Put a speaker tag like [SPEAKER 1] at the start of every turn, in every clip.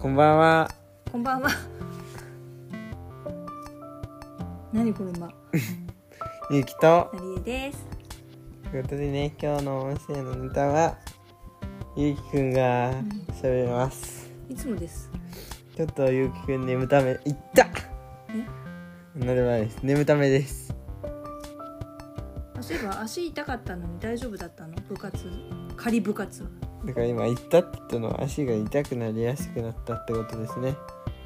[SPEAKER 1] こんばんは。
[SPEAKER 2] こんばんは。何このま。
[SPEAKER 1] ゆきと。
[SPEAKER 2] なりえです。
[SPEAKER 1] ということでね、今日の音声のネタは、ゆきくんが喋ります。
[SPEAKER 2] いつもです。
[SPEAKER 1] ちょっとゆきくん眠ため、いったなるまです。眠ためです。
[SPEAKER 2] あそういえば足痛かったのに大丈夫だったの？部活、仮部活は。
[SPEAKER 1] だから今、いったって言ったのは足が痛くなりやすくなったってことですね。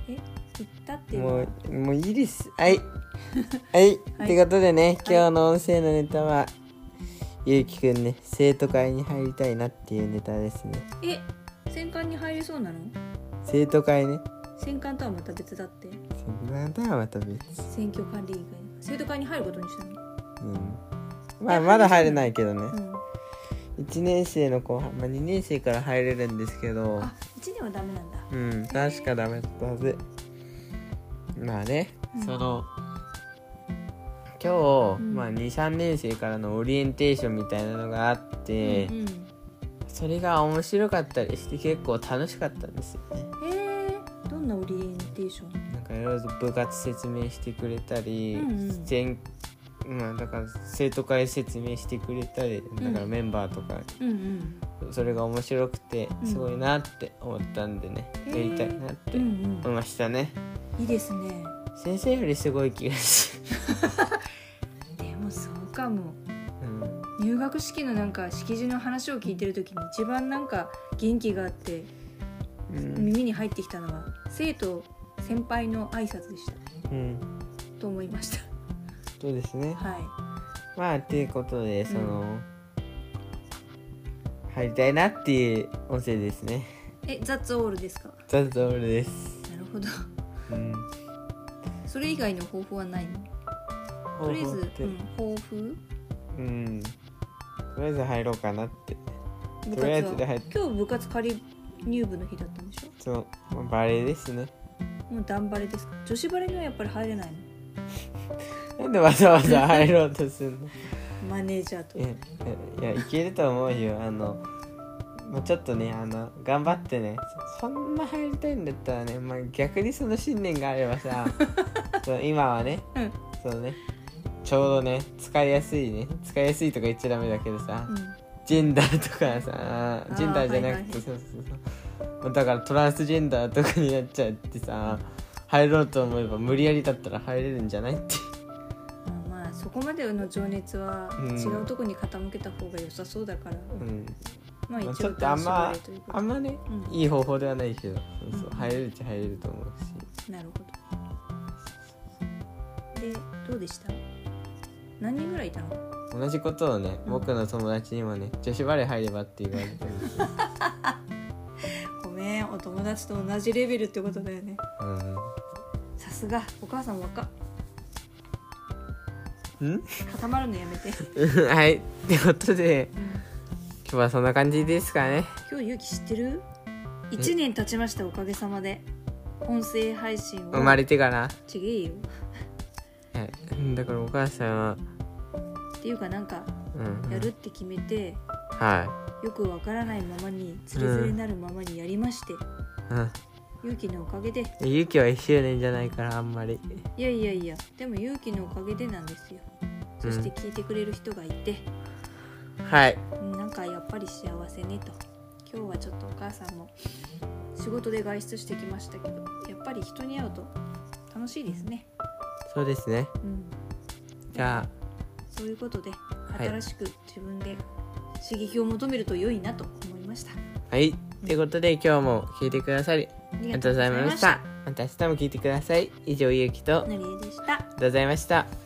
[SPEAKER 2] え、行ったっていうのは
[SPEAKER 1] もう、もういいです。はい。 はい。ってことでね、今日の音声のネタは、ゆうきくんね、生徒会に入りたいなっていうネタですね。
[SPEAKER 2] え、戦艦に入りそうなの？
[SPEAKER 1] 生徒会ね。
[SPEAKER 2] 戦艦とはまた別だって。
[SPEAKER 1] なんだよ、また別。
[SPEAKER 2] 選挙管理委員会。生徒会に入ることにしたの。
[SPEAKER 1] うん、まあまだ入れないけど
[SPEAKER 2] う
[SPEAKER 1] ね
[SPEAKER 2] ん。
[SPEAKER 1] 1年生の後半、まあ、2年生から入れるんですけど
[SPEAKER 2] あ、一年はダメなんだ。
[SPEAKER 1] うん確かダメだったはずまあね、
[SPEAKER 2] うん
[SPEAKER 1] その今日、
[SPEAKER 2] うん
[SPEAKER 1] まあ、23年生からのオリエンテーションみたいなのがあって、
[SPEAKER 2] うんうん。
[SPEAKER 1] それが面白かったりして結構楽しかったんですよね
[SPEAKER 2] えー、どんなオリエンテーション？
[SPEAKER 1] なんかいろいろと部活説明してくれたり、
[SPEAKER 2] うんうん
[SPEAKER 1] 全まあ、だから生徒会説明してくれたりだから
[SPEAKER 2] うん
[SPEAKER 1] メンバーとか
[SPEAKER 2] うんうん。
[SPEAKER 1] それが面白くて
[SPEAKER 2] うん
[SPEAKER 1] すごいなって思ったんでね、
[SPEAKER 2] へ
[SPEAKER 1] や
[SPEAKER 2] ー
[SPEAKER 1] りたいなって
[SPEAKER 2] うん
[SPEAKER 1] 思いましたね、
[SPEAKER 2] うん。いいですね。
[SPEAKER 1] 先生よりすごい気がす
[SPEAKER 2] でもそうかも。
[SPEAKER 1] る、うん、
[SPEAKER 2] 入学式のなんか式辞の話を聞いてる時に一番なんか元気があって
[SPEAKER 1] うん、
[SPEAKER 2] 耳に入ってきたのは生徒先輩の挨拶でした
[SPEAKER 1] うん、
[SPEAKER 2] と思いました
[SPEAKER 1] そうですね
[SPEAKER 2] は
[SPEAKER 1] まあっていうことでその、入りたいなっていう音声ですね
[SPEAKER 2] いえ雑オールですか
[SPEAKER 1] ザズオールです、
[SPEAKER 2] なるほど
[SPEAKER 1] うん、
[SPEAKER 2] それ以外の方法はないのとりあえ
[SPEAKER 1] 抱
[SPEAKER 2] ず
[SPEAKER 1] 負って
[SPEAKER 2] うん抱負
[SPEAKER 1] うんとりあえず入ろうかなって
[SPEAKER 2] 部
[SPEAKER 1] とりあえず
[SPEAKER 2] 活
[SPEAKER 1] で
[SPEAKER 2] は
[SPEAKER 1] 入って
[SPEAKER 2] 今日部活仮入部の日だったんでしょ
[SPEAKER 1] そのまあバレエですね
[SPEAKER 2] もう段バレですか女子バレにはやっぱり入れないの
[SPEAKER 1] なんでわざわざ入ろうとするの
[SPEAKER 2] マネージャーと
[SPEAKER 1] いやいやいやいけると思うよあのもうちょっとねあの頑張ってねそそんな入りたいんだったらね、まあ、逆にその信念があれば さそう今はね、
[SPEAKER 2] うん
[SPEAKER 1] そうねちょうどね使いやすいね使いやすいとか言っちゃダメだけどさ、
[SPEAKER 2] うん
[SPEAKER 1] ジェンダーとかさ
[SPEAKER 2] ー
[SPEAKER 1] ジェンダーじゃなくて、
[SPEAKER 2] はいはいはい
[SPEAKER 1] そうそうそうまあだからトランスジェンダーとかになっちゃってさ入ろうと思えば無理やりだったら入れるんじゃないって
[SPEAKER 2] あまあそこまでの情熱は
[SPEAKER 1] うん
[SPEAKER 2] 違うとこに傾けた方が良さそうだから、
[SPEAKER 1] うん
[SPEAKER 2] まあ一
[SPEAKER 1] まあ
[SPEAKER 2] 応
[SPEAKER 1] ちょっとあんま
[SPEAKER 2] 男子バレーということ
[SPEAKER 1] あんまね、
[SPEAKER 2] うん
[SPEAKER 1] いい方法ではないけどそうそう
[SPEAKER 2] うん
[SPEAKER 1] 入れるっちゃ入れると思うし
[SPEAKER 2] なるほどでどうでした何人ぐらいいたの
[SPEAKER 1] 同じことをね、
[SPEAKER 2] うん
[SPEAKER 1] 僕の友達にもね女子バレー入ればって言われたんですよ、
[SPEAKER 2] ごめんお友達と同じレベルってことだよねさすがお母さん若っ
[SPEAKER 1] うん、ん
[SPEAKER 2] 固まるのやめて
[SPEAKER 1] はいってことで今日はそんな感じですかね
[SPEAKER 2] 今日ゆき知ってる1年経ちましたおかげさまで音声配信を
[SPEAKER 1] 生まれてから、
[SPEAKER 2] ちげえよ
[SPEAKER 1] はいうん、だからお母さんは、
[SPEAKER 2] っていうかなんか
[SPEAKER 1] うん、
[SPEAKER 2] やるって決めて
[SPEAKER 1] は
[SPEAKER 2] よくわからないままにつれづれなるままにやりまして、
[SPEAKER 1] い、うん
[SPEAKER 2] ゆきのおかげで
[SPEAKER 1] で、ゆきは1周年じゃないからあんまり
[SPEAKER 2] いやいやいやでも勇気のおかげでなんですよそして聞いてくれる人がいて、
[SPEAKER 1] はい
[SPEAKER 2] うんなんかやっぱり幸せねと今日はちょっとお母さんも仕事で外出してきましたけどやっぱり人に会うと楽しいですね、
[SPEAKER 1] そうですね
[SPEAKER 2] うん、
[SPEAKER 1] じゃ
[SPEAKER 2] そういうことで
[SPEAKER 1] い
[SPEAKER 2] 新しく自分で刺激を求めると良いなと思いました、
[SPEAKER 1] あはいってことで今日も聞いてくださり
[SPEAKER 2] あ
[SPEAKER 1] あ
[SPEAKER 2] り
[SPEAKER 1] りがとうございました。また明日も聞いてください。以上、ゆうきと、あり
[SPEAKER 2] なりえでし
[SPEAKER 1] が
[SPEAKER 2] た
[SPEAKER 1] とうございました。